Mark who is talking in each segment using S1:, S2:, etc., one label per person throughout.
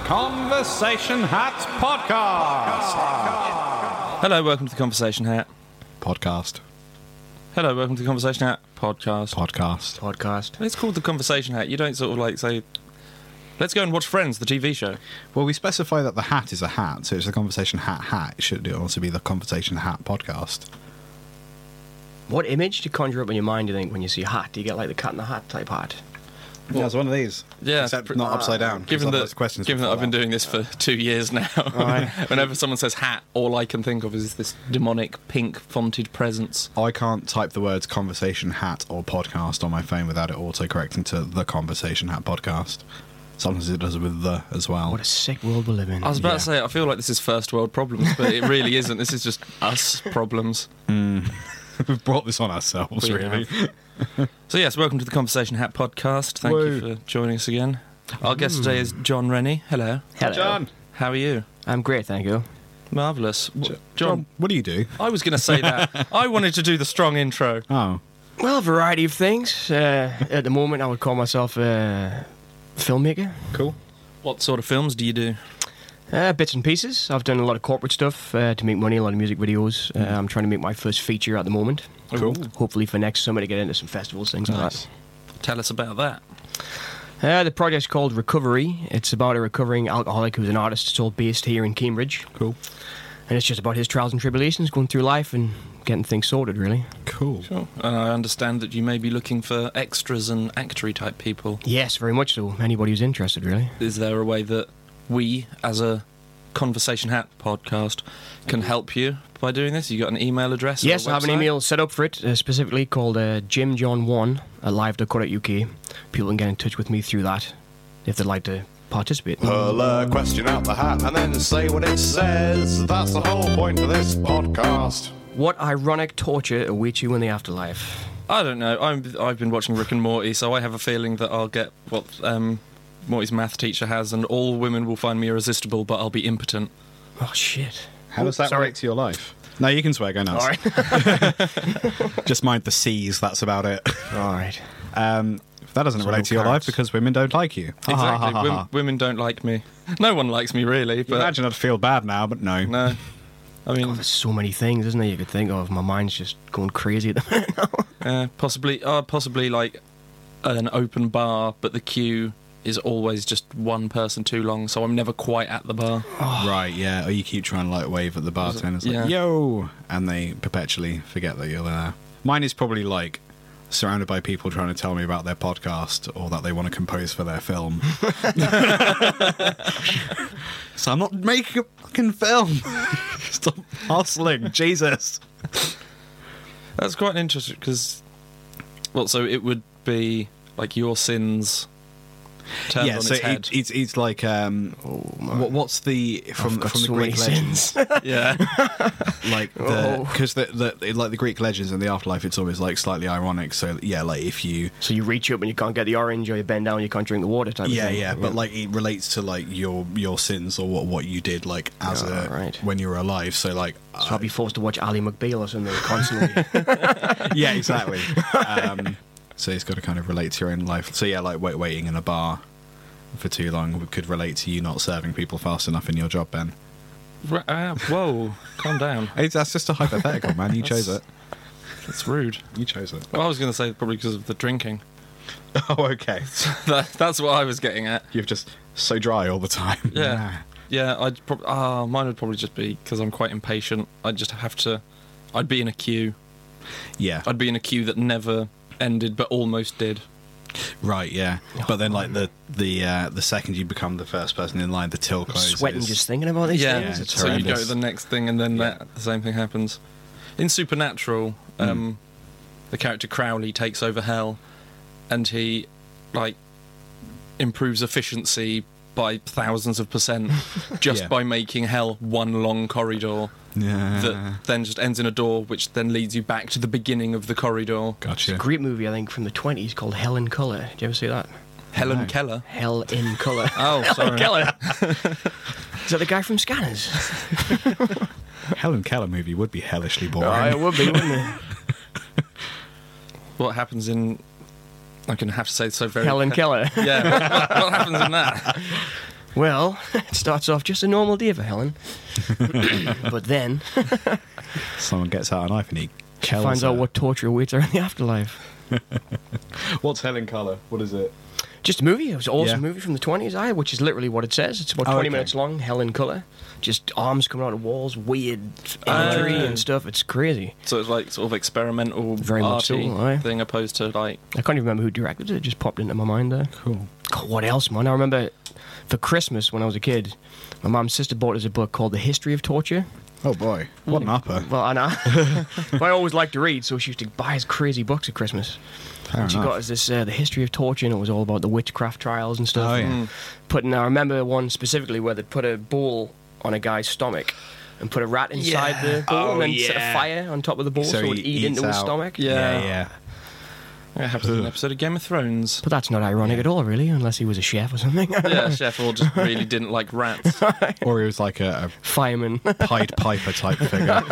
S1: Conversation Hats Podcast.
S2: Hello, welcome to the Conversation Hat.
S3: Podcast.
S2: Hello, welcome to the Conversation Hat podcast.
S3: Podcast.
S4: podcast.
S2: It's called the Conversation Hat. You don't sort of like say, let's go and watch Friends, the TV show.
S3: Well, we specify that the hat is a hat, so it's the conversation hat hat. It should also be the conversation hat podcast.
S4: What image do you conjure up in your mind, do you think, when you see hat? Do you get like the cat in the hat type hat?
S3: yeah, uh, it's one of these.
S2: Yeah,
S3: except
S2: pr-
S3: not upside down.
S2: Given
S3: because
S2: that,
S3: otherwise questions. Oh,
S2: given that
S3: would
S2: I've been
S3: fall
S2: doing this for two years now, whenever someone says hat, all I can think of is this demonic pink fonted presence.
S3: out. I can't type the words conversation hat or podcast on my phone without it autocorrecting to the conversation hat podcast. Sometimes it does it with the as well.
S4: What a sick world we live in.
S2: I was about to say, I feel like this is first world problems, but it really isn't. This is just us problems.
S3: We've brought this on ourselves,
S2: We
S3: really.
S2: So, yes, welcome to the Conversation Hat podcast. Thank you
S3: Woo.
S2: for joining us again. Our guest today is John Rennie. Hello.
S4: Hello.
S2: How are you?
S4: I'm great, thank you.
S2: Marvellous. W- John,
S3: John, what do you do?
S2: I was going to say that. I wanted to do the strong intro.
S3: Oh,
S4: Well, a variety of things. Uh, at the moment, I would call myself a filmmaker.
S3: cool.
S2: What sort of films do you do?
S4: Uh, bits and pieces. I've done a lot of corporate stuff uh, to make money, a lot of music videos. Uh, I'm trying to make my first feature at the moment.
S3: Cool.
S4: Hopefully for next summer to get into some festivals, things like that.
S2: Tell us about that.
S4: Uh, the project's called Recovery. It's about a recovering alcoholic who's an artist. It's all based here in Cambridge.
S3: Cool.
S4: And it's just about his trials and tribulations going through life and getting things sorted, really.
S3: Cool.
S2: And I understand that you may be looking for extras and actory type people.
S4: Yes, very much so. Anybody who's interested, really.
S2: Is there a way that we, as a Conversation Hat podcast, can help you by doing this? You got an email address? or a
S4: yes, I have an
S2: website?
S4: email set up for it, uh, specifically called uh, jimjohn1 at live.co.uk. People can get in touch with me through that if they'd like to participate.
S2: Uh-huh.
S5: Pull a question out the hat and then say what it says. That's the whole point of this podcast.
S4: What ironic torture awaits you in the afterlife?
S2: I don't know. I'm, I've been watching Rick and Morty, so I have a feeling that I'll get what um, Morty's math teacher has, and all women will find me irresistible, but I'll be impotent.
S4: Oh, shit.
S3: How does that
S4: Sorry.
S3: relate to your life? No, you can swear, go nuts.
S4: All right.
S3: Just mind the C's, that's about it.
S4: all right.
S3: Um, that doesn't relate to your life
S4: carrots.
S3: because women don't like you. Ha, ha, ha,
S2: Exactly.
S3: ha,
S2: Wom-
S3: ha.
S2: women don't like me. No one likes me, really. But
S3: Imagine I'd feel bad now, but no.
S2: no. I mean,
S4: There's so many things, isn't there, you could think of? My mind's just going crazy at the minute.
S2: uh, possibly, uh, possibly like an open bar, but the queue is always just one person too long, so I'm never quite at the bar.
S3: Right, yeah. Or you keep trying to like wave at the bartenders, like,
S2: Yeah.
S3: yo! And they perpetually forget that you're there. Mine is probably like surrounded by people trying to tell me about their podcast or that they want to compose for their film. so I'm not making a fucking film. Stop hustling, Jesus.
S2: That's quite interesting because, well, so it would be like your sins turned
S3: yeah,
S2: on
S3: so
S2: its head. Oh,
S3: it, it's it's like um, what, what's the from
S4: I've got
S3: from the
S4: so
S3: Greek
S4: many
S3: legends
S2: yeah.
S3: like
S4: Oh.
S3: because the, the, like the Greek legends and the afterlife it's always like slightly ironic. So yeah, like if you
S4: So you reach up and you can't get the orange, or you bend down and you can't drink the water type
S3: yeah
S4: of thing.
S3: yeah, but like it relates to like your your sins or what what you did like as
S4: Yeah,
S3: a
S4: right.
S3: when you were alive. So like uh,
S4: So I'll be forced to watch Ali McBeal or something constantly.
S3: yeah, exactly. um, so it's got to kind of relate to your own life. So yeah, like wait, waiting in a bar for too long could relate to you not serving people fast enough in your job, Ben.
S2: Ra- ah, whoa, calm down.
S3: It's, that's just a hypothetical, man. You chose it.
S2: That's- That's rude.
S3: You chose it.
S2: Well, I was going to say probably because of the drinking.
S3: Oh, okay.
S2: that, that's what I was getting at.
S3: You're just so dry all the time.
S2: Yeah. Yeah, I'd probably. Ah, mine would probably just be because I'm quite impatient. I'd just have to. I'd be in a queue.
S3: Yeah.
S2: I'd be in a queue that never ended, but almost did.
S3: Right, yeah. But then, like the the uh, the second you become the first person in line, the till closes.
S4: Sweating just thinking about these
S2: Yeah.
S4: things.
S3: it's
S2: so you go to
S3: horrendous.
S2: the next thing, and then
S3: Yeah. Hmm.
S2: that the same thing happens. In Supernatural, um, the character Crowley takes over Hell, and he like improves efficiency by thousands of percent just
S3: Yeah.
S2: by making Hell one long corridor.
S3: Yeah.
S2: that then just ends in a door, which then leads you back to the beginning of the corridor.
S3: gotcha.
S4: Great movie, I think, from the 20s called Hell in Colour. Did you ever see that?
S2: Helen Keller.
S4: Hell in Colour.
S2: Oh, sorry.
S4: Keller. Is that the guy from Scanners?
S3: Helen Keller movie would be hellishly boring.
S4: would be, wouldn't it?
S2: What happens in? I'm gonna have to say so very.
S4: Hell in Keller.
S2: Yeah. What, what happens in that?
S4: Well, it starts off just a normal day for Helen, but then
S3: Someone gets out a knife and he
S4: she
S3: kills
S4: finds out
S3: her.
S4: what torture awaits her in the afterlife.
S3: What's Helen Color? What is it?
S4: Just a movie. It was an awesome
S3: Yeah.
S4: movie from the 20s, aye, which is literally what it says. It's about
S3: Oh,
S4: 20
S3: okay.
S4: minutes long, hell in colour. Just arms coming out of walls, weird imagery
S2: Oh.
S4: and stuff. It's crazy.
S2: So it's like sort of experimental,
S4: Very much
S2: arty
S4: so, aye.
S2: thing, opposed to like
S4: I can't even remember who directed it. It just popped into my mind there.
S3: Cool.
S4: God, what else, man? I remember for Christmas when I was a kid, my mum's sister bought us a book called The History of Torture.
S3: Oh boy, what an upper.
S4: Well, I know. but I always liked to read, so she used to buy us crazy books at Christmas.
S3: Fair
S4: and she got
S3: enough.
S4: us this uh, the history of torture, and it was all about the witchcraft trials and stuff.
S3: Oh, yeah.
S4: And Putting, I remember one specifically where they put a ball on a guy's stomach and put a rat inside
S2: Yeah.
S4: the ball
S3: Oh,
S4: and set a
S3: yeah.
S4: fire on top of the ball so, it would
S3: he
S4: eat
S3: eats
S4: into his
S3: out.
S4: stomach.
S2: Yeah.
S3: yeah, yeah.
S2: it happens in an episode of Game of Thrones.
S4: But that's not ironic at all, really, unless he was a chef or something.
S2: Yeah, Chef Orr just really didn't like rats.
S3: Or he was like a,
S4: Fireman.
S3: a Pied Piper type figure.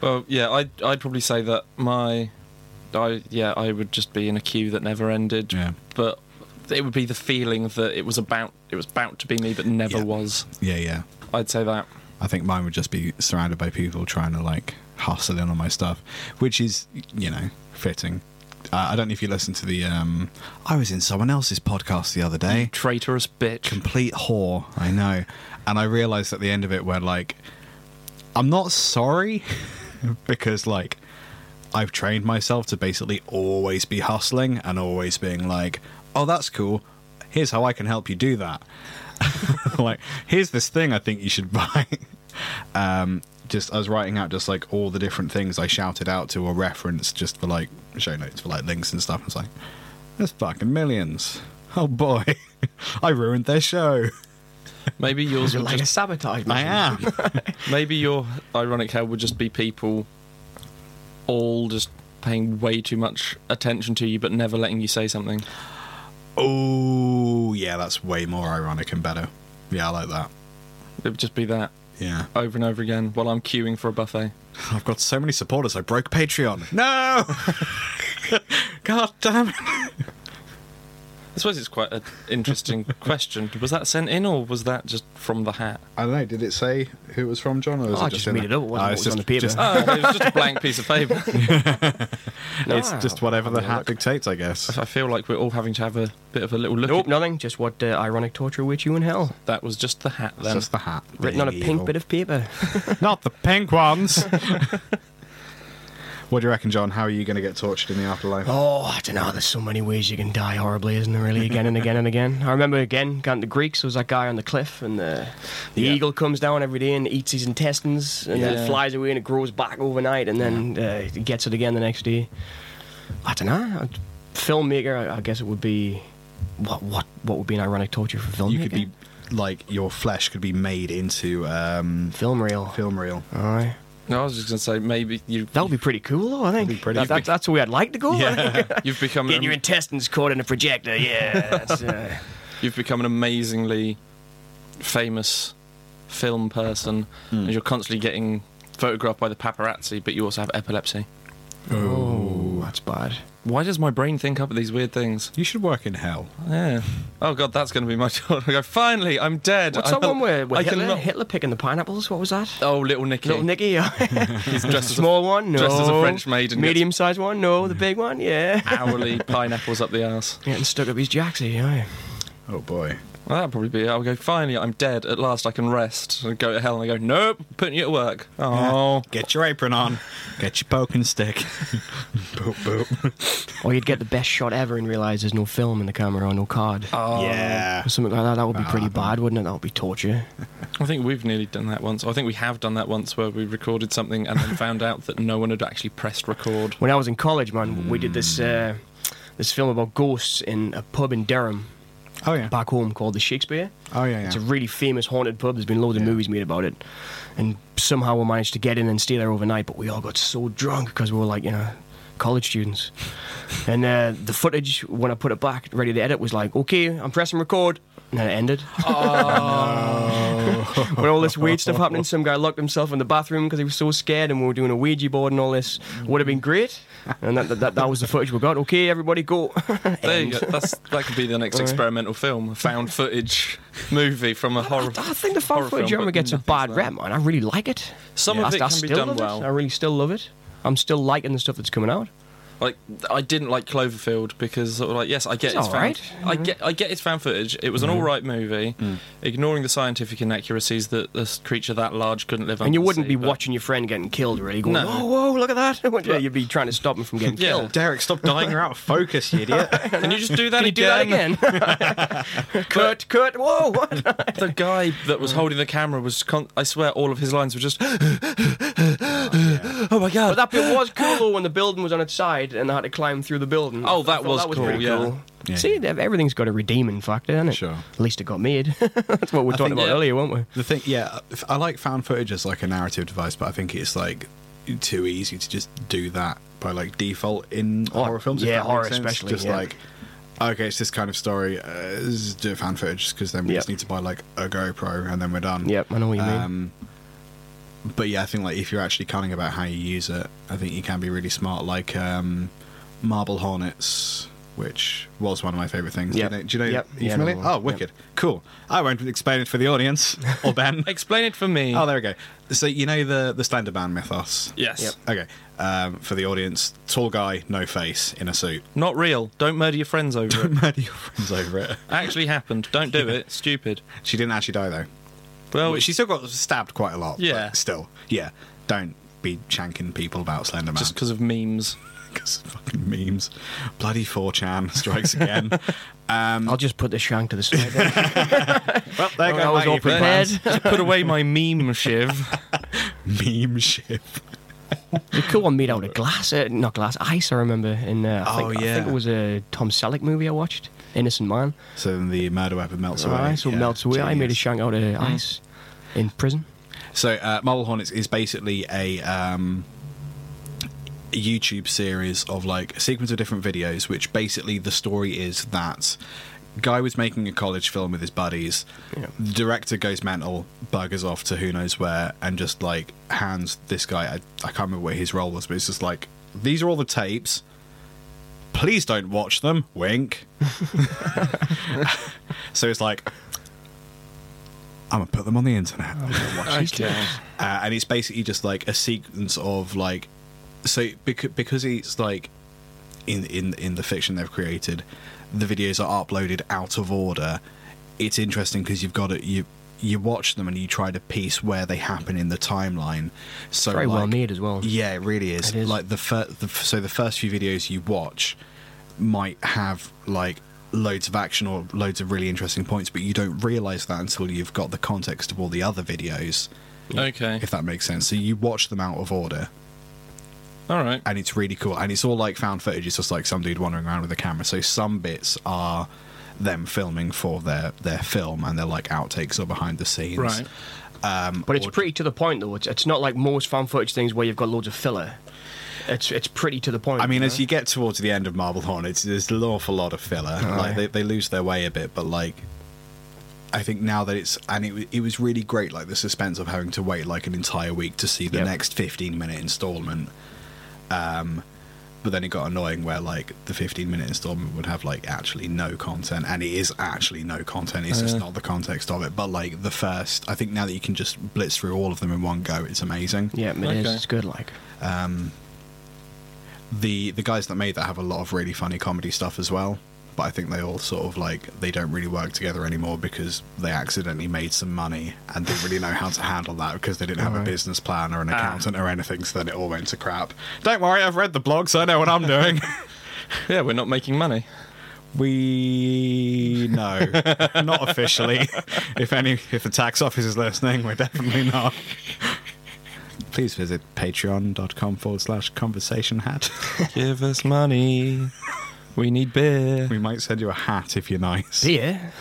S2: Well, yeah, I'd, I'd probably say that my, I yeah, I would just be in a queue that never ended.
S3: Yeah.
S2: But it would be the feeling that it was about it was about to be me, but never
S3: Yeah.
S2: was.
S3: yeah, yeah.
S2: I'd say that.
S3: I think mine would just be surrounded by people trying to like hustle in on my stuff, which is you know fitting. Uh, I don't know if you listened to the. Um, I was in someone else's podcast the other day.
S2: Traitorous bitch.
S3: complete whore. I know. And I realized at the end of it where like I'm not sorry because like I've trained myself to basically always be hustling and always being like, "Oh, that's cool. Here's how I can help you do that." like, here's this thing I think you should buy. um just I was writing out just like all the different things I shouted out to or referenced just for like show notes for like links and stuff. I was like, there's fucking millions. Oh boy, I ruined their show.
S2: Maybe yours
S4: You're
S2: would
S4: like a
S2: just,
S4: sabotage
S3: I
S4: mission.
S3: am.
S2: maybe your ironic hell would just be people all just paying way too much attention to you but never letting you say something.
S3: oh, yeah, that's way more ironic and better. Yeah, I like that.
S2: It would just be that
S3: Yeah.
S2: over and over again while I'm queuing for a buffet.
S3: I've got so many supporters, I broke Patreon. No! God damn it.
S2: I suppose it's quite an interesting question. Was that sent in or was that just from the hat?
S3: I don't know, did it say who it was from, John? Or was it
S4: Oh, I
S3: just
S4: just
S3: in
S4: made
S3: there?
S4: it up. It wasn't
S3: Oh,
S4: what
S3: it's
S4: was on
S3: just,
S4: the paper.
S3: just-
S2: Oh, it was just a blank piece of paper.
S3: it's
S4: Ah.
S3: just whatever the hat dictates, I guess.
S2: I feel like we're all having to have a bit of a little look.
S4: Nope,
S2: at-
S4: nothing. Just what uh, ironic torture awaits you in hell.
S2: That was just the hat
S3: It's
S2: then.
S3: just the hat.
S4: Written on a pink bit of paper.
S3: Not the pink ones! what do you reckon, John? How are you going to get tortured in the afterlife?
S4: Oh, I don't know. There's so many ways you can die horribly, isn't there? Really, again and again and again. I remember again, going to the Greeks. There was that guy on the cliff, and the, the
S3: Yeah.
S4: eagle comes down every day and eats his intestines, and
S2: Yeah.
S4: then flies away and it grows back overnight, and then uh, he gets it again the next day. I don't know. I'd- Filmmaker, I, I guess it would be. What what what would be an ironic torture for filmmaker?
S3: you could be, like, your flesh could be made into um,
S4: film reel.
S3: film reel.
S4: All right.
S2: No, I was just going to say maybe you
S4: That would be pretty cool, though. I think
S3: be pretty-
S4: That- that- that's the way I'd like to go. I think.
S2: you've become
S4: Getting your
S2: an,
S4: intestines caught in a projector. Yeah. That's, uh,
S2: you've become an amazingly famous film person,
S4: Hmm.
S2: and you're constantly getting photographed by the paparazzi, but you also have epilepsy.
S4: oh, that's bad.
S2: Why does my brain think up these weird things?
S3: You should work in hell.
S2: Yeah. Oh god, that's going to be my daughter. I go, finally, I'm dead.
S4: What's
S2: I
S4: that one
S2: will-
S4: where, where
S2: I
S4: Hitler,
S2: cannot-
S4: Hitler picking the pineapples? What was that?
S2: Oh, little Nicky.
S4: Little Nicky,
S2: He's dressed as a
S4: small one, no.
S2: dressed as a French maid and gets-
S4: medium-sized one, no. The big one, yeah.
S2: hourly pineapples up the ass.
S4: Getting stuck up his jacksie, yeah.
S3: Oh boy.
S2: Well, that'd probably be it. I'll go, finally, I'm dead. At last, I can rest. And go to hell and I go, nope, putting you to work. Oh.
S3: Get your apron on. Get your poking stick. boop boop.
S4: Or you'd get the best shot ever and realise there's no film in the camera or no card.
S2: Oh.
S3: yeah.
S4: Or something like that. That would be pretty bad, wouldn't it? That would be torture.
S2: I think we've nearly done that once. I think we have done that once where we recorded something and then found out that no one had actually pressed record.
S4: When I was in college, man, we did this uh, this film about ghosts in a pub in Durham
S3: Oh yeah.
S4: back home called the Shakespeare.
S3: Oh yeah.
S4: It's a
S3: yeah.
S4: really famous haunted pub. There's been loads of
S3: Yeah.
S4: movies made about it. And somehow we managed to get in and stay there overnight, but we all got so drunk because we were like, you know, college students. and uh, the footage, when I put it back, ready to edit, was like, okay, I'm pressing record. And then it ended.
S2: Oh.
S4: With all this weird stuff happening, some guy locked himself in the bathroom because he was so scared, and we were doing a Ouija board and all this. Would have been great. And that, that, that, that was the footage we got. Okay, everybody go.
S2: There you go. That's, that could be the next experimental film, a found footage movie from a horror.
S4: I think the found
S2: horror
S4: footage
S2: film,
S4: genre
S2: but
S4: gets a
S2: nothing's
S4: bad
S2: there.
S4: rep, man. I really like it.
S2: Some
S4: I,
S2: of it
S4: I
S2: can be
S4: still
S2: done
S4: love
S2: well.
S4: It. I really still love it. I'm still liking the stuff that's coming out.
S2: Like I didn't like Cloverfield because sort of like yes, I get
S4: It's Mm-hmm.
S2: it's, fan.
S4: all right.
S2: I get I get it's fan footage. It was an all right movie,
S4: Mm.
S2: ignoring the scientific inaccuracies that this creature that large couldn't live.
S4: And you
S2: under
S4: wouldn't
S2: sea,
S4: be
S2: but-
S4: watching your friend getting killed, really. Going,
S2: No.
S4: oh, whoa, look at that. yeah, you'd be trying to stop him from getting
S2: Yeah.
S4: killed.
S3: Derek, stop dying. You're out of focus, you idiot.
S2: Can you just do that
S4: Can you do that
S2: again?
S4: again? cut, cut. Whoa, what?
S2: The guy that was holding the camera was. Con- I swear, all of his lines were just. oh, my god!
S4: But that bit was cool though when the building was on its side and they had to climb through the building.
S2: Oh,
S4: I
S2: that
S4: thought
S2: was cool,
S4: pretty
S2: yeah.
S3: Yeah.
S4: See, ev- everything's got a redeeming factor, hasn't it?
S3: Sure.
S4: At least it got made. That's what we were
S3: I
S4: talking
S3: think-
S4: about
S2: yeah.
S4: earlier, weren't we?
S3: The thing, yeah, if- I like found footage as like a narrative device, but I think it's like too easy to just do that by like default in
S4: Oh,
S3: horror films. if
S4: yeah,
S3: that makes
S4: horror
S3: sense.
S4: especially,
S3: Just
S4: yeah.
S3: like, okay, it's this kind of story. Uh, let's do fan footage because then we
S4: Yep.
S3: just need to buy like a GoPro and then we're done.
S4: Yep, I know what you mean.
S3: Um, but yeah, I think like if you're actually cunning about how you use it, I think you can be really smart. Like um, Marble Hornets, which was one of my favorite things.
S4: Yep.
S3: Do you know? Do you know
S4: Yep.
S3: are you
S4: Yeah, I know
S3: familiar?
S4: one.
S3: Oh,
S4: Yep.
S3: wicked, cool. I won't explain it for the audience or Ben.
S2: Explain it for me.
S3: oh, there we go. So you know the the Slender Man mythos.
S2: yes.
S4: Yep.
S3: Okay, um, for the audience, tall guy, no face, in a suit.
S2: Not real. Don't murder your friends over it.
S3: Murder your friends over it.
S2: Actually happened. Don't do it. Stupid.
S3: She didn't actually die though.
S2: Well,
S4: Oh.
S3: But she still got stabbed quite a lot. but
S2: Yeah.
S3: still, yeah. Don't be shanking people about Slender Man.
S2: just because of memes.
S3: because fucking memes. Bloody 4chan strikes again. Um,
S4: I'll just put the shank to the side. then.
S3: well, there
S4: I was all prepared.
S2: Just put away my meme, Shiv.
S3: Meme ship.
S4: The cool one made out of glass, uh, not glass, ice. I remember in uh, I,
S3: Oh,
S4: think, I
S3: yeah.
S4: think it was a Tom Selleck movie I watched, Innocent Man.
S3: So then the murder weapon melts away.
S4: Ice so
S3: Yeah,
S4: melts away. I made a
S3: genius. Mm.
S4: shank out of ice in prison.
S3: So uh, Marble Hornets is basically a um, YouTube series of like a sequence of different videos, which basically the story is that guy was making a college film with his buddies. The director goes mental, buggers off to who knows where, and just like hands this guy. I, I can't remember what his role was, but it's just like these are all the tapes. Please don't watch them. Wink. so it's like I'm gonna put them on the internet
S2: okay.
S3: uh, and it's basically just like a sequence of like so because because it's like in in in the fiction they've created the videos are uploaded out of order it's interesting because you've got it you you watch them and you try to piece where they happen in the timeline so
S4: Very
S3: like,
S4: well made as well.
S3: yeah, it really is.
S4: It is.
S3: Like the, fir- the f- so the first few videos you watch might have like loads of action or loads of really interesting points, but you don't realize that until you've got the context of all the other videos,
S2: Okay.
S3: if that makes sense. So you watch them out of order,
S2: All right.
S3: and it's really cool. And it's all like found footage. It's just like some dude wandering around with a camera. So some bits are them filming for their their film, and they're like outtakes or behind the scenes.
S2: Right.
S4: But it's pretty to the point, though. It's, it's not like most fan footage things where you've got loads of filler. It's it's pretty to the point.
S3: I mean, as you get towards the end of Marble Hornets, there's an awful lot of filler. Like they, they lose their way a bit, but like I think now that it's and it wa- it was really great. Like the suspense of having to wait like an entire week to see the
S4: Yep.
S3: next 15 minute installment. Um, but then it got annoying where like the 15 minute installment would have like actually no content, and it is actually no content. It's just not the context of it. But like the first, I think now that you can just blitz through all of them in one go, it's amazing.
S4: yeah, it is.
S2: Okay.
S4: It's good. Like
S3: the the guys that made that have a lot of really funny comedy stuff as well but i think they all sort of like they don't really work together anymore because they accidentally made some money and didn't really know how to handle that because they didn't have a business plan or an accountant or anything so then it all went to crap don't worry i've read the blog so i know what i'm doing
S2: Yeah, we're not making money.
S3: we no not officially if any if the tax office is listening we're definitely not please visit patreon.com forward slash conversation hat
S2: Give us money. We need beer.
S3: We might send you a hat if you're nice.
S4: beer.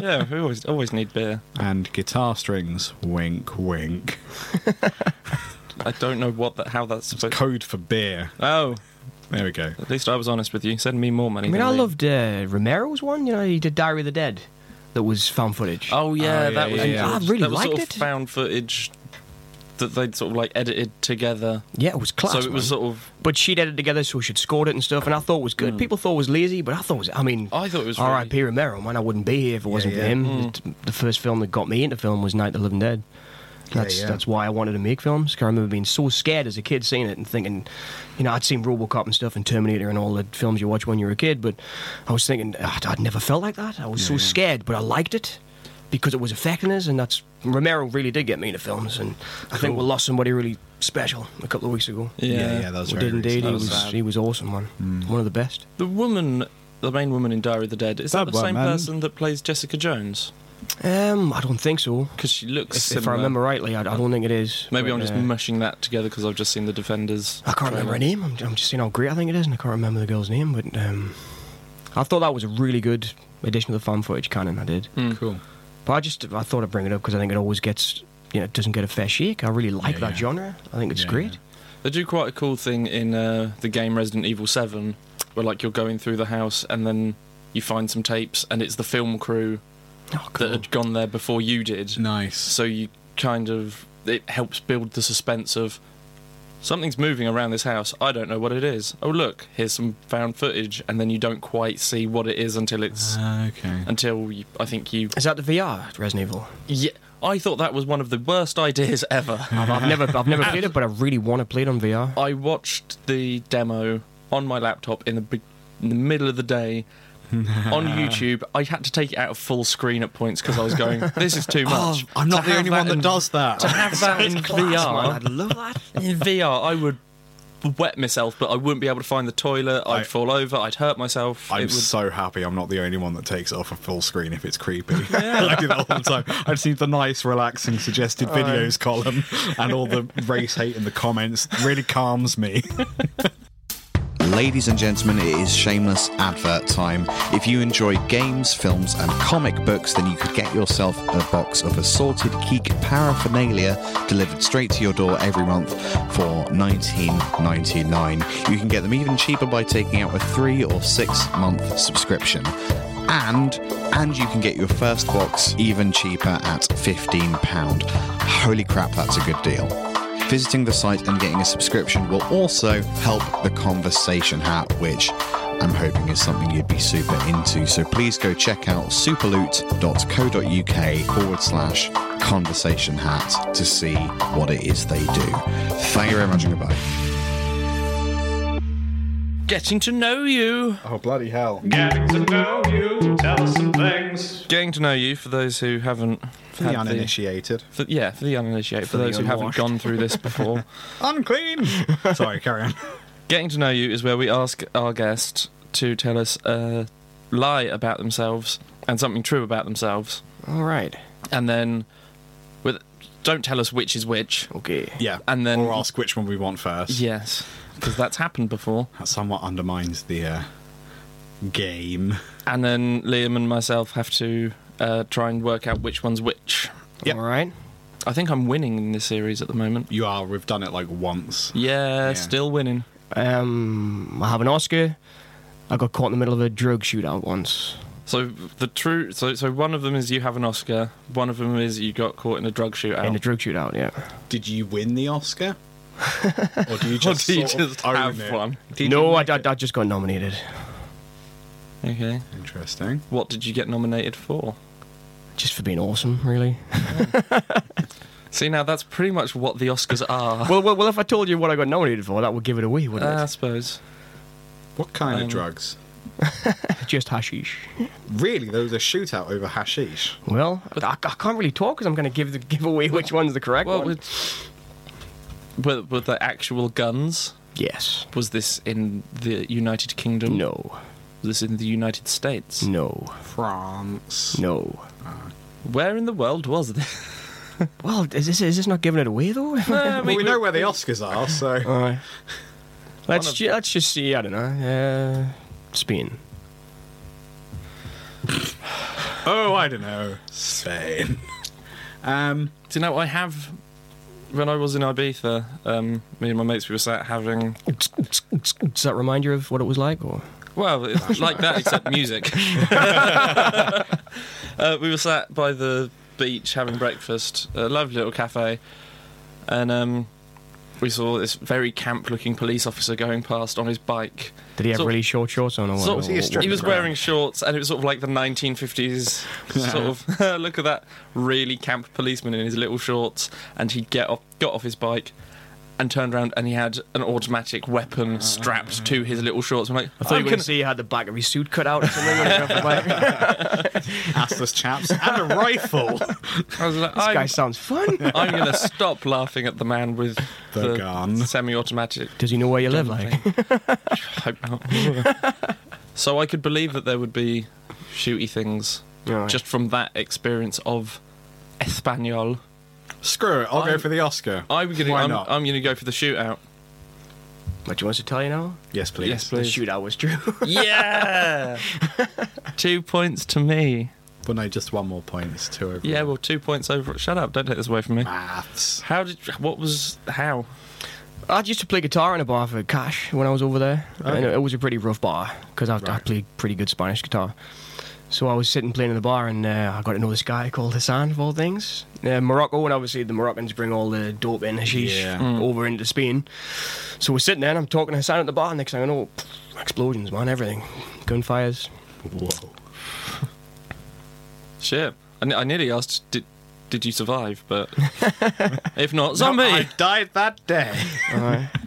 S2: yeah, we always always need beer.
S3: And guitar strings, wink, wink.
S2: I don't know what that how that's supposed.
S3: Code for beer.
S2: oh,
S3: There we go.
S2: at least I was honest with you. Send me more money.
S4: I mean,
S2: than
S4: I
S2: me.
S4: loved uh, Romero's one. You know, he did Diary of the Dead. that was found footage.
S2: Oh yeah,
S3: yeah,
S2: that was
S3: yeah, yeah.
S2: all-
S4: I really
S2: that was sort
S4: liked
S2: of
S4: it.
S2: found footage that they'd sort of like edited together.
S4: yeah, it was class.
S2: so it was
S4: man.
S2: sort of
S4: but she'd edited together, so she'd scored it and stuff, and I thought it was
S3: Mm.
S4: good. People thought it was lazy, but I thought it was. I mean,
S2: I thought it was really- Mm.
S4: R.I.P. Romero. Man, I wouldn't be here if it wasn't
S3: yeah.
S4: for him. It- The first film that got me into film was Night of the Living Dead. That's
S3: yeah.
S4: that's why I wanted to make films. 'cause I remember being so scared as a kid seeing it and thinking, you know, I'd seen RoboCop and stuff and Terminator and all the films you watch when you were a kid, but I was thinking "Ah, I'd never felt like that. I was so scared, but I liked it because it was affecting us, and that's Romero really did get me into films, and I think we lost somebody really special a couple of weeks ago.
S2: yeah,
S3: yeah, yeah, that was
S4: We
S3: very
S4: did indeed.
S3: recent.
S4: He
S2: was
S4: was,
S2: sad. Hmm.
S4: he was awesome, man. One of the best.
S2: the woman, the main woman in Diary of the Dead, is that,
S3: That
S2: the same
S3: woman.
S2: person that plays Jessica Jones?
S4: Um, I don't think so.
S2: Because she looks
S4: If,
S2: similar.
S4: if I remember rightly, I, I don't think it is.
S2: Maybe
S4: but,
S2: I'm just
S4: uh,
S2: mushing that together because I've just seen the Defenders.
S4: I can't remember her name. I'm, I'm just seeing how great I think it is, and I can't remember the girl's name. But um, I thought that was a really good addition to the fan footage canon. I did,
S2: Hmm.
S3: Cool.
S4: but I just I thought I'd bring it up because I think it always gets you know it doesn't get a fair shake. I really like
S3: Yeah,
S4: that
S3: yeah.
S4: genre. I think it's
S3: Yeah,
S4: great.
S2: They do quite a cool thing in uh, the game Resident Evil 7 where like you're going through the house and then you find some tapes and it's the film crew
S4: Oh, cool.
S2: that had gone there before you did.
S3: Nice.
S2: So you kind of it helps build the suspense of something's moving around this house. I don't know what it is. Oh look, here's some found footage and then you don't quite see what it is until it's
S3: Ah, okay.
S2: until you, I think you
S4: Is that the VR Resident Evil?
S2: yeah, I thought that was one of the worst ideas ever.
S4: I've, I've never I've never played it, but I really want to play it on VR.
S2: I watched the demo on my laptop in the be- in the middle of the day on YouTube. I had to take it out of full screen at points because I was going, "This is too much."
S3: Oh, I'm not
S2: To
S3: the
S2: have
S3: only one that
S2: in-
S3: does that.
S2: To have that in
S4: I'd
S2: VR,
S4: love that.
S2: in VR, I would wet myself, but I wouldn't be able to find the toilet. I'd
S3: I-
S2: fall over. I'd hurt myself.
S3: I'm
S2: it would,
S3: so happy I'm not the only one that takes it off a full screen if it's creepy. I do that all the time. I've seen the nice, relaxing suggested videos column and all the race hate in the comments really calms me.
S6: Ladies and gentlemen, it is shameless advert time. If you enjoy games, films, and comic books, then you could get yourself a box of assorted geek paraphernalia delivered straight to your door every month for $19.99. You can get them even cheaper by taking out a three or six month subscription. And and you can get your first box even cheaper at £15. Holy crap, that's a good deal. Visiting the site and getting a subscription will also help the conversation hat, which I'm hoping is something you'd be super into. So please go check out superloot.co.uk forward slash conversation hat to see what it is they do. Thank you very much and goodbye.
S2: getting to know you.
S3: Oh, bloody hell.
S5: Getting to know you, tell us some things.
S2: Getting to know you for those who haven't.
S3: The
S2: had the-
S3: uninitiated.
S2: for, yeah, for the uninitiated, for,
S4: the
S2: those who haven't
S4: unwashed.
S2: gone through this before.
S3: Unclean! Sorry, carry on.
S2: Getting to know you is where we ask our guest to tell us a lie about themselves and something true about themselves,
S4: All right.
S2: and then with don't tell us which is which.
S4: Okay.
S3: Yeah.
S2: And then-
S3: Or ask which one we want first.
S2: Yes, because that's happened before.
S3: That somewhat undermines the uh, game.
S2: And then Liam and myself have to uh, try and work out which one's which.
S3: Yep.
S4: All right.
S2: I think I'm winning in this series at the moment.
S3: You are, we've done it like once.
S2: Yeah,
S3: Yeah.
S2: still winning.
S4: Um, I have an Oscar. I got caught in the middle of a drug shootout once.
S2: So the true, so so one of them is you have an Oscar. One of them is you got caught in a drug shootout.
S4: In a drug shootout, yeah.
S3: Did you win the Oscar? or do you
S2: or
S3: just,
S2: do you
S3: sort of
S2: just
S3: own
S2: have
S3: it?
S2: one?
S4: no, I, I, I just got nominated.
S2: Okay.
S3: Interesting.
S2: What did you get nominated for?
S4: Just for being awesome, really.
S2: See, now that's pretty much what the Oscars are.
S4: well, well, well, if I told you what I got nominated for, that would give it away, wouldn't
S2: Uh, I suppose.
S3: What kind
S2: Um,
S3: of drugs?
S4: it? Just hashish.
S3: Really, there was a shootout over hashish.
S4: Well, I, I can't really talk because I'm going to give the give away which one's the correct
S2: Well,
S4: one.
S2: with, were, were the actual guns?
S4: Yes.
S2: Was this in the United Kingdom?
S4: No.
S2: Was this in the United States?
S4: No.
S3: France.
S4: No.
S2: Where in the world was this?
S4: Well, is this is this not giving it away though?
S2: Uh,
S3: Well, we know where the Oscars are, so.
S4: All right. Let's ju- let's just see. I don't know. Uh, Spain.
S3: oh, I don't know. Spain. Um,
S2: Do you know, I have. When I was in Ibiza, um, me and my mates, we were sat having.
S4: Does that remind you of what it was like? Or
S2: Well, it's like that, except music. uh, we were sat by the beach having breakfast, a lovely little cafe, and um, we saw this very camp-looking police officer going past on his bike.
S4: Did he have
S2: Sort of-
S4: really short shorts on or what?
S2: Sort
S4: Or
S2: of-
S5: he a
S4: what-
S5: stripper?
S2: he was wearing shorts, and it was sort of like the 1950s sort of look at that really camp policeman in his little shorts, and he get off, got off his bike. And turned around, and he had an automatic weapon strapped to his little shorts. I'm like,
S4: I thought you
S2: "I'm
S4: were going
S2: gonna-
S4: to say you had the back of his suit cut out or something. when he got off the bike. this
S3: assless chaps and a rifle.
S2: I was like,
S4: guy
S2: I'm,
S4: sounds fun.
S2: I'm going to stop laughing at the man with
S3: The gun.
S2: semi-automatic.
S4: Does he know where you live? Like,
S2: Hope not. so I could believe that there would be shooty things
S4: Right.
S2: just from that experience of Espanol.
S3: Screw it, I'll go
S2: I'm-
S3: for the Oscar.
S2: I'm going to
S3: Why
S2: I'm,
S3: not?
S2: I'm going to go for the shootout.
S4: what do you want us to tell you now?
S3: yes, please.
S2: Yes,
S4: The
S2: please.
S4: shootout was true.
S2: Yeah. 2 points to me.
S3: But no, just one more point. It's two over.
S2: Yeah, well 2 points over. Shut up. Don't take this away from me.
S3: maths.
S2: How did what was how?
S4: I used to play guitar in a bar for cash when I was over there, and it was a pretty rough bar because I, I
S3: Right.
S4: played pretty good Spanish guitar. So I was sitting playing in the bar, and uh, I got to know this guy called Hassan, of all things, uh, Morocco. And obviously, the Moroccans bring all the dope and hashish
S3: Yeah.
S4: over into Spain. So we're sitting there, and I'm talking to Hassan at the bar. Next thing I know, explosions, man, everything, gunfires.
S3: Whoa.
S2: Shit. I, ne- I nearly asked did did you survive, but if not, zombie.
S3: I died that day.
S4: Aye.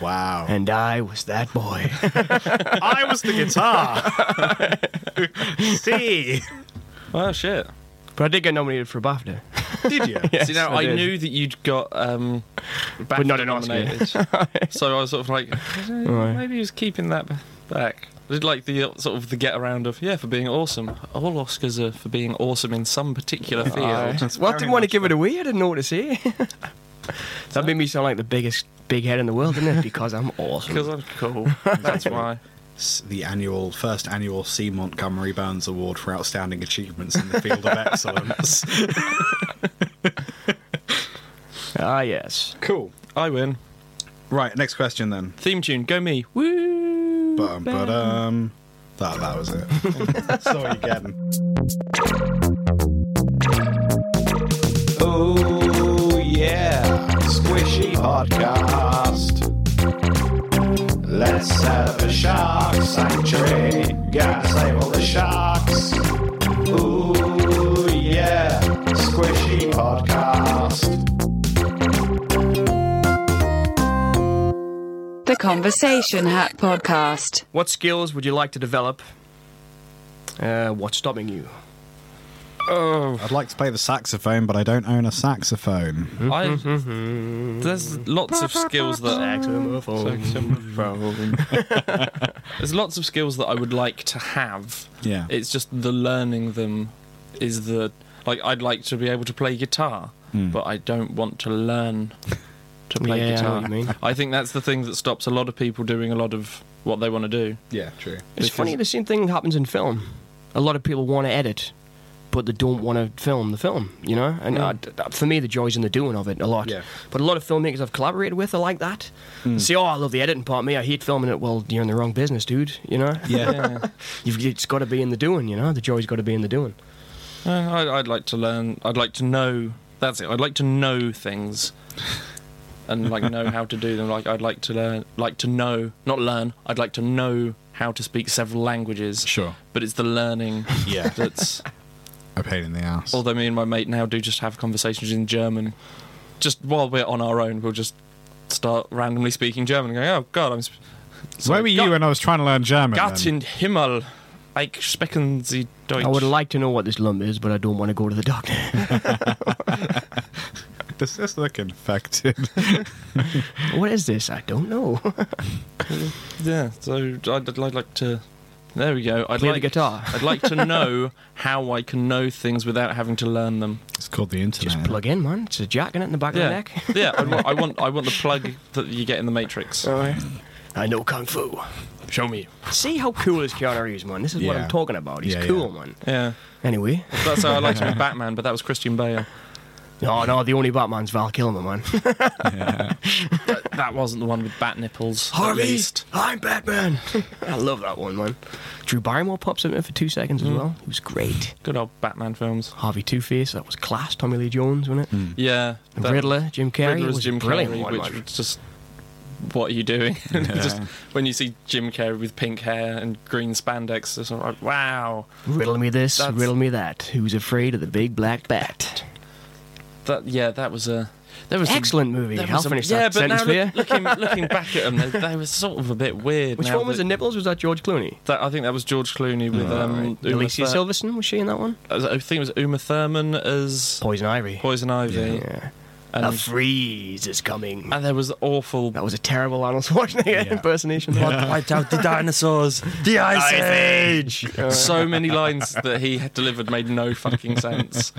S3: Wow.
S4: and I was that boy.
S3: I was the guitar. See?
S2: Oh shit.
S4: but I did get nominated for a BAFTA.
S3: Did you?
S2: See now,
S4: I
S2: I,
S4: did.
S2: knew that you'd got, um,
S4: But not
S2: BAFTA
S4: an Oscar.
S2: nominated, so I was sort of like,
S4: Right.
S2: maybe he was keeping that b- back. I did like the uh, sort of the get around of yeah for being awesome. All Oscars are for being awesome in some particular field.
S4: well, I didn't want to give it away. I didn't know what to say. that made me sound like the biggest big head in the world, didn't it? Because I'm awesome.
S2: Because I'm cool. That's why.
S3: S- the annual first annual C. Montgomery Burns Award for outstanding achievements in the field of excellence.
S4: Ah, yes.
S3: cool.
S2: I win.
S3: Right, next question then.
S2: Theme tune. Go me. Woo.
S3: Bum, but um, that that was it. Sorry again.
S5: Oh yeah, squishy podcast. Let's have a shark sanctuary. Gotta save all the sharks. Ooh yeah, squishy podcast.
S7: The Conversation Hat Podcast.
S4: What skills would you like to develop? Uh, what's stopping you?
S3: I'd like to play the saxophone, but I don't own a saxophone.
S4: Mm-hmm.
S2: I, there's lots of skills that there's lots of skills that I would like to have.
S3: Yeah.
S2: It's just the learning them is the like I'd like to be able to play guitar, but I don't want to learn to play
S4: Mm. Yeah, I know
S2: guitar.
S4: what you mean.
S2: I think that's the thing that stops a lot of people doing a lot of what they want to do.
S3: yeah, true.
S4: It's funny, the same thing happens in film. A lot of people want to edit, but they don't want to film the film, you know? And uh, d- d- for me, the joy's in the doing of it a lot.
S3: Yeah.
S4: But a lot of filmmakers I've collaborated with are like that.
S2: Hmm.
S4: They say, oh, I love the editing part. Me, I hate filming it. Well, you're in the wrong business, dude, you know?
S3: Yeah.
S4: You've, it's got to be in the doing, you know? The joy's got to be in the doing.
S2: Uh, I'd, I'd like to learn. I'd like to know. That's it. I'd like to know things, and like know how to do them. Like I'd like to learn. Like to know, not learn. I'd like to know how to speak several languages.
S3: Sure.
S2: But it's the learning
S3: Yeah.
S2: that's.
S3: a pain in the ass.
S2: Although me and my mate now do just have conversations in German. Just while we're on our own, we'll just start randomly speaking German. and Going, oh God, I'm. Sp-
S3: Where
S2: sorry,
S3: were you
S2: Gott-
S3: when I was trying to learn German?
S2: Gott
S3: then?
S2: in Himmel, ich sprechen Sie Deutsch.
S4: I would like to know what this lump is, but I don't want to go to the doctor.
S3: Does this look infected?
S4: what is this? I don't know.
S2: Yeah, so I'd, I'd like to. There we go. I'd
S4: Play
S2: like
S4: the guitar.
S2: I'd like to know how I can know things without having to learn them.
S3: it's called the internet.
S4: Just plug in, man. It's a jack in it in the back of the
S2: Yeah,
S4: neck.
S2: yeah. I want, I want, I want the plug that you get in the Matrix.
S4: I know kung fu.
S2: Show me.
S4: See how cool is Keanu Reeves, man. This is what
S3: Yeah.
S4: I'm talking about. He's
S3: Yeah,
S4: cool,
S3: yeah.
S4: man.
S2: Yeah,
S4: Anyway,
S2: that's how I like to be Batman, but that was Christian Bale.
S4: No, no, the only Batman's Val Kilmer, man.
S2: That wasn't the one with bat nipples. at
S4: Harvey,
S2: least.
S4: I'm Batman. I love that one, man. Drew Barrymore pops up in it for two seconds
S2: Mm.
S4: as well. It was great.
S2: Good old Batman films.
S4: Harvey Two Face, that was class. Tommy Lee Jones, wasn't it?
S2: Yeah.
S4: The
S2: Mm. that-
S4: Riddler, Jim Carrey.
S2: Riddler
S4: it
S2: was
S4: was a
S2: Jim
S4: brilliant
S2: Carrey,
S4: one,
S2: which
S4: man.
S2: was just what are you doing? just when you see Jim Carrey with pink hair and green spandex, it's all like wow.
S4: Riddle me this,
S2: That's-
S4: riddle me that. Who's afraid of the big black bat?
S2: That yeah, that was a there was some-
S4: Excellent movie.
S2: there was
S4: I'll
S2: some-
S4: finish
S2: yeah,
S4: that
S2: but
S4: sentence
S2: now
S4: for you.
S2: look- looking looking back at them, they, they were sort of a bit weird.
S4: Which
S2: now
S4: one was
S2: that-
S4: it? Nipples? Was that George Clooney?
S2: That, I think that was George Clooney with um, Uma
S4: Alicia
S2: Thur-
S4: Silverstone was she in that one?
S2: I think it was Uma Thurman as
S4: Poison Ivy.
S2: Poison Ivy,
S4: yeah.
S2: and,
S4: a freeze is coming.
S2: and there was the awful
S4: that was a terrible Arnold Schwarzenegger impersonation.
S2: wiped out the dinosaurs, the ice
S4: Age.
S2: so many lines that he had delivered made no fucking sense.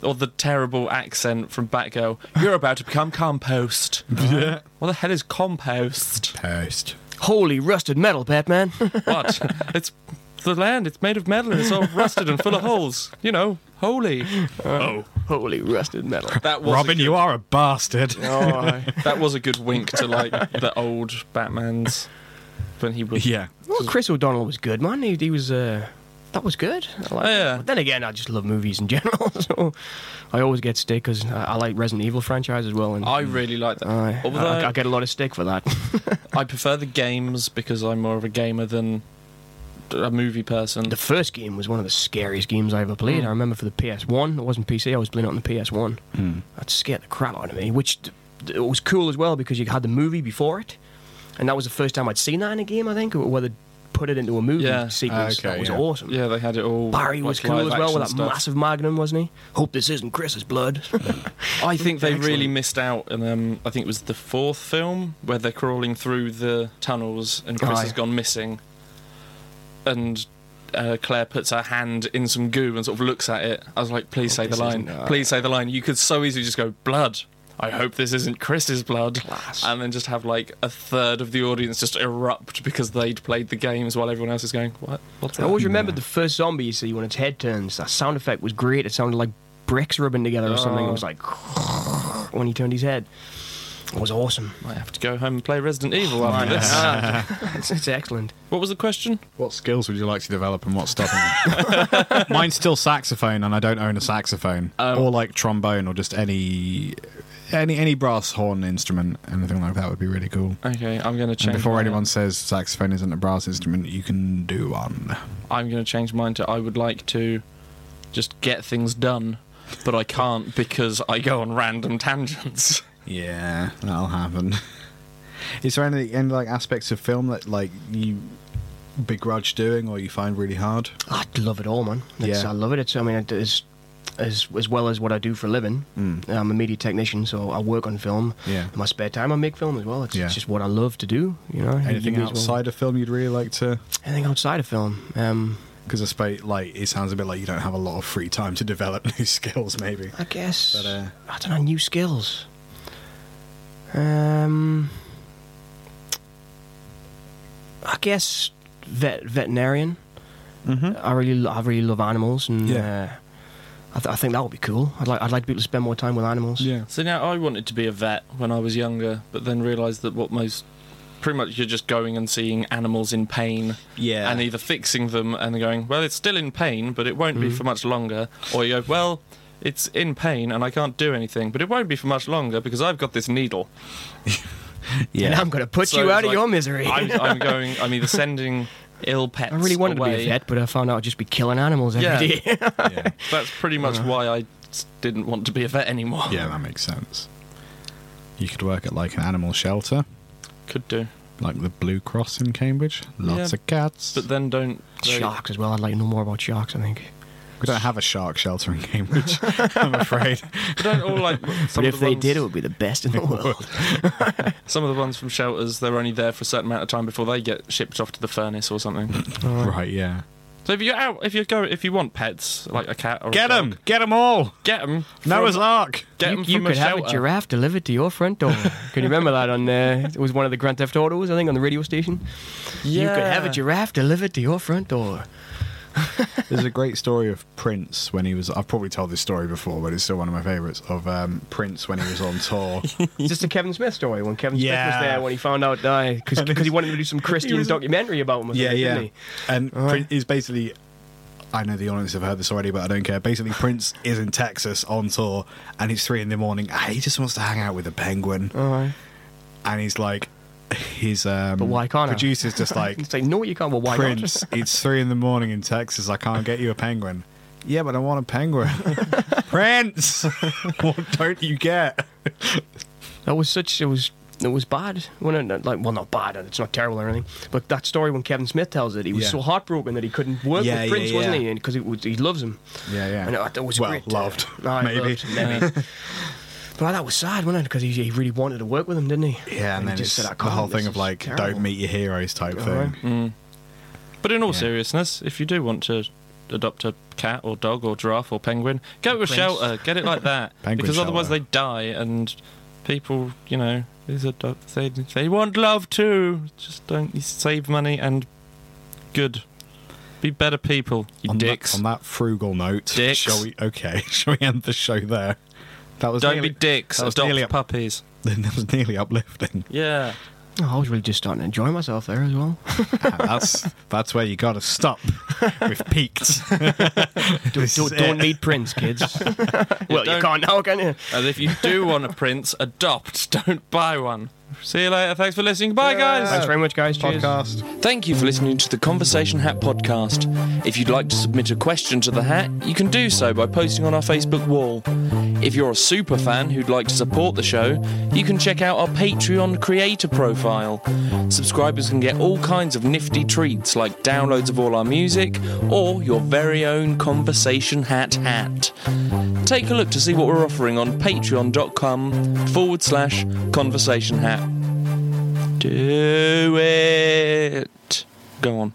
S2: or the terrible accent from Batgirl. You're about to become compost. What the hell is compost?
S3: Post.
S4: Holy rusted metal, Batman.
S2: What? it's the land. It's made of metal and it's all rusted and full of holes. You know, holy. Oh.
S4: Holy rusted metal. Oh,
S2: That was
S3: Robin,
S2: a,
S3: you are a bastard.
S2: that was a good wink to like the old Batman's when he was.
S3: Yeah.
S4: Well, Chris O'Donnell was good, man. He, he was. Uh, that was good. I like,
S2: Oh, yeah.
S4: But then again, I just love movies in general, so I always get stick because I, I like Resident Evil franchise as well. And
S2: I really like that.
S4: Aye.
S2: Although-
S4: I, I get a lot of stick for that.
S2: I prefer the games because I'm more of a gamer than a movie person.
S4: the first game was one of the scariest games I ever
S2: Hmm.
S4: played. I remember for the PS1. It wasn't PC. I was playing it on the PS1.
S2: Hmm.
S4: That scared the crap out of me, which d- d- it was cool as well because you had the movie before it, and that was the first time I'd seen that in a game. I think, or whether put it into a movie
S2: Yeah. Ah,
S4: sequence.
S3: Okay,
S4: that was
S3: yeah.
S4: awesome.
S2: Yeah, they had it all.
S4: Barry was
S2: like
S4: cool as
S2: live
S4: well with
S2: action
S4: that
S2: stuff.
S4: massive magnum, wasn't he? Hope this isn't Chris's blood.
S2: I think they really
S4: Excellent.
S2: missed out, and um, I think it was the fourth film where they're crawling through the tunnels, and Chris
S4: Aye.
S2: has gone missing, and uh, Claire puts her hand in some goo and sort of looks at it. I was like, "Please
S3: Oh,
S2: say the
S4: this
S2: line!
S4: isn't, uh,
S2: Please say the line!" You could so easily just go, "Blood." I hope this isn't Chris's blood,
S4: Class.
S2: and then just have like a third of the audience just erupt because they'd played the games while everyone else is going, "What? What's
S4: I
S2: that?"
S4: always remembered the first zombie you see when its head turns. That sound effect was great. It sounded like bricks rubbing together or something.
S2: Oh.
S4: It was like when he turned his head. It was awesome.
S2: I have to go home and play Resident Evil after this.
S4: it's, it's excellent.
S2: What was the question?
S3: What skills would you like to develop and what's stopping you? Mine's still saxophone, and I don't own a saxophone, or like trombone, or just any any any brass horn instrument, anything like that would be really cool.
S2: Okay, I'm going to
S3: And
S2: change.
S3: before
S2: my-
S3: anyone says saxophone isn't a brass instrument, you can do one.
S2: I'm going to change mine to I would like to just get things done, but I can't because I go on random tangents.
S3: Yeah, that'll happen. Is there any any like aspects of film that like you begrudge doing or you find really hard?
S4: I love it all, man. It's,
S3: Yeah.
S4: I love it. It's, I mean, it is, as as well as what I do for a living. I'm a media technician, so I work on film.
S3: Mm. Yeah.
S4: In my spare time, I make film as well. It's,
S3: Yeah.
S4: it's just what I love to do. You know,
S3: Anything
S4: You may as well-
S3: outside of film you'd really like to?
S4: Anything outside of film. Um,
S3: Because I suppose like it sounds a bit like you don't have a lot of free time to develop new skills, maybe.
S4: I guess.
S3: But, uh,
S4: I don't know. New skills. Um. I guess vet veterinarian.
S2: Mm-hmm.
S4: I really, lo- I really love animals, and
S3: Yeah.
S4: uh, I, th- I think that would be cool. I'd like, I'd like to be able to spend more time with animals.
S3: Yeah.
S2: so now I wanted to be a vet when I was younger, but then realised that what most pretty much you're just going and seeing animals in pain
S3: Yeah.
S2: and either fixing them and going well it's still in pain but it won't be for much longer or you go well it's in pain and i can't do anything but it won't be for much longer because i've got this needle
S4: And I'm going to put
S2: So
S4: you
S2: it's
S4: out of
S2: like,
S4: your misery.
S2: I'm, I'm going i'm either sending ill pets
S4: I really wanted to
S2: away,
S4: be a vet, but I found out I'd just be killing animals every
S2: Yeah.
S4: day.
S3: yeah.
S2: That's pretty
S4: Uh.
S2: much why I s- didn't want to be a vet anymore.
S3: Yeah, that makes sense. You could work at like an animal shelter,
S2: Could do.
S3: like the Blue Cross in Cambridge. Lots
S2: Yeah,
S3: of cats.
S2: But then don't. they-
S4: sharks as well. I'd like to know more about sharks. I think.
S3: we don't have a shark shelter in Cambridge, I'm afraid.
S2: but don't all like. Some
S4: But
S2: of
S4: if
S2: the
S4: they
S2: ones,
S4: did, it would be the best in the world.
S2: Some of the ones from shelters, they're only there for a certain amount of time before they get shipped off to the furnace or something.
S3: right, yeah.
S2: so if you're out, if you go, if you want pets like a cat or a
S3: Get
S2: dog,
S3: them! Get them all!
S2: get them,
S3: Noah's Ark!
S2: get
S4: you
S2: them
S4: you
S2: from
S4: could
S2: a
S4: have
S2: shelter.
S4: a giraffe delivered to your front door. Can you remember that on? Uh, it was one of the Grand Theft Autos, I think, on the radio station. You could have a
S2: Yeah.
S4: giraffe delivered to your front door.
S3: There's a great story of Prince when he was. I've probably told this story before, but it's still one of my favourites. Of um, Prince when he was on tour.
S4: Is this the Kevin Smith story when Kevin Smith
S3: Yeah.
S4: was there when he found out because
S3: And it's-
S4: he wanted to do some Christian
S3: was-
S4: documentary about him? I think, Didn't he?
S3: And Prince is basically. I know the audience have heard this already, but I don't care. Basically, Prince is in Texas on tour, and it's three in the morning. and he just wants to hang out with a penguin,
S4: Oh.
S3: and he's like, his um,
S4: why can't I?
S3: producer's just like,
S4: Say no, you can't. Well, why
S3: Prince, it's three in the morning in Texas. I can't get you a penguin. Yeah, but I want a penguin. Prince, what don't you get?
S4: not? That was such. It was. It was bad. When it, like, well, not bad. It's not terrible or anything. But that story when Kevin Smith tells it, he was
S3: Yeah.
S4: so heartbroken that he couldn't work
S3: Yeah,
S4: with
S3: yeah,
S4: Prince, wasn't
S3: yeah.
S4: he? Because he, was- he loves him.
S3: Yeah, yeah.
S4: And that, that was a
S3: well
S4: great,
S3: loved,
S4: I
S3: maybe.
S4: loved, maybe. but that was sad, wasn't it? Because he, he really wanted to work with him, didn't he?
S3: Yeah, and,
S4: he
S3: then
S4: just
S3: it's
S4: said, "I
S3: the whole
S4: can't, this
S3: thing of
S4: is
S3: like,
S4: terrible."
S3: don't meet your heroes type
S4: Uh-huh.
S3: thing.
S2: Mm. But in all seriousness, if you do want to adopt a cat or dog or giraffe or penguin, go to a shelter. Get it like that.
S3: Penguin
S2: because otherwise
S3: shelter.
S2: they die and people, you know, these are do- they they want love too. Just don't you save money and good. Be better people, you
S3: On,
S2: dicks.
S3: That, on that frugal note,
S2: Dicks.
S3: shall we? Okay, shall we end the show there? That was
S2: don't
S3: nearly,
S2: be dicks.
S3: that was
S2: Adopt
S3: nearly up-
S2: puppies.
S3: That was nearly uplifting.
S2: Yeah.
S4: Oh, I was really just starting to enjoy myself there as well.
S3: that's that's where you got to stop. We've peaked. This
S4: don't,
S3: is it.
S4: don't meet Prince, kids. well, you
S2: don't-
S4: can't now, can you?
S2: And if you do want a prince, adopt. Don't buy one. See you later. Thanks for listening. Bye, guys.
S4: Thanks very much, guys. Cheers.
S3: Uh, podcast.
S8: Thank you for listening to the Conversation Hat podcast. If you'd like to submit a question to the hat, you can do so by posting on our Facebook wall. If you're a super fan who'd like to support the show, you can check out our Patreon creator profile. Subscribers can get all kinds of nifty treats like downloads of all our music or your very own Conversation Hat hat. Take a look to see what we're offering on patreon.com forward slash conversation hat. Do it. Go on.